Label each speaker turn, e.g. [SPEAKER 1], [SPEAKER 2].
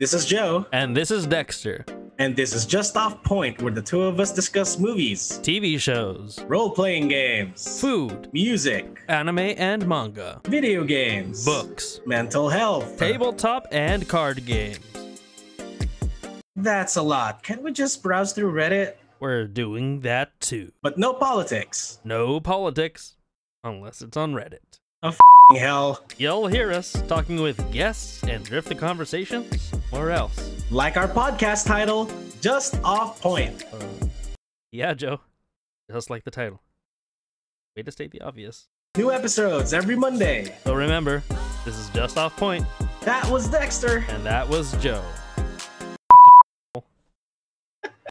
[SPEAKER 1] This is Joe,
[SPEAKER 2] And this is Dexter.
[SPEAKER 1] and this is Just Off Point, where the two of us discuss movies,
[SPEAKER 2] TV shows,
[SPEAKER 1] role playing games,
[SPEAKER 2] food,
[SPEAKER 1] music,
[SPEAKER 2] anime and manga,
[SPEAKER 1] video games,
[SPEAKER 2] books,
[SPEAKER 1] mental health.
[SPEAKER 2] tabletop and card games.
[SPEAKER 1] That's a lot. Can we just browse through Reddit?
[SPEAKER 2] We're doing that too.
[SPEAKER 1] But no politics.
[SPEAKER 2] No politics, unless it's on Reddit.
[SPEAKER 1] F***ing Hell.
[SPEAKER 2] You'll hear us talking with guests and drift the conversation somewhere else.
[SPEAKER 1] Like our podcast title, Just Off Point.
[SPEAKER 2] Uh, yeah, Joe. Just like the title. Way to state the obvious.
[SPEAKER 1] New episodes every Monday.
[SPEAKER 2] So remember, this is just off point,
[SPEAKER 1] That was Dexter.
[SPEAKER 2] and that was Joe.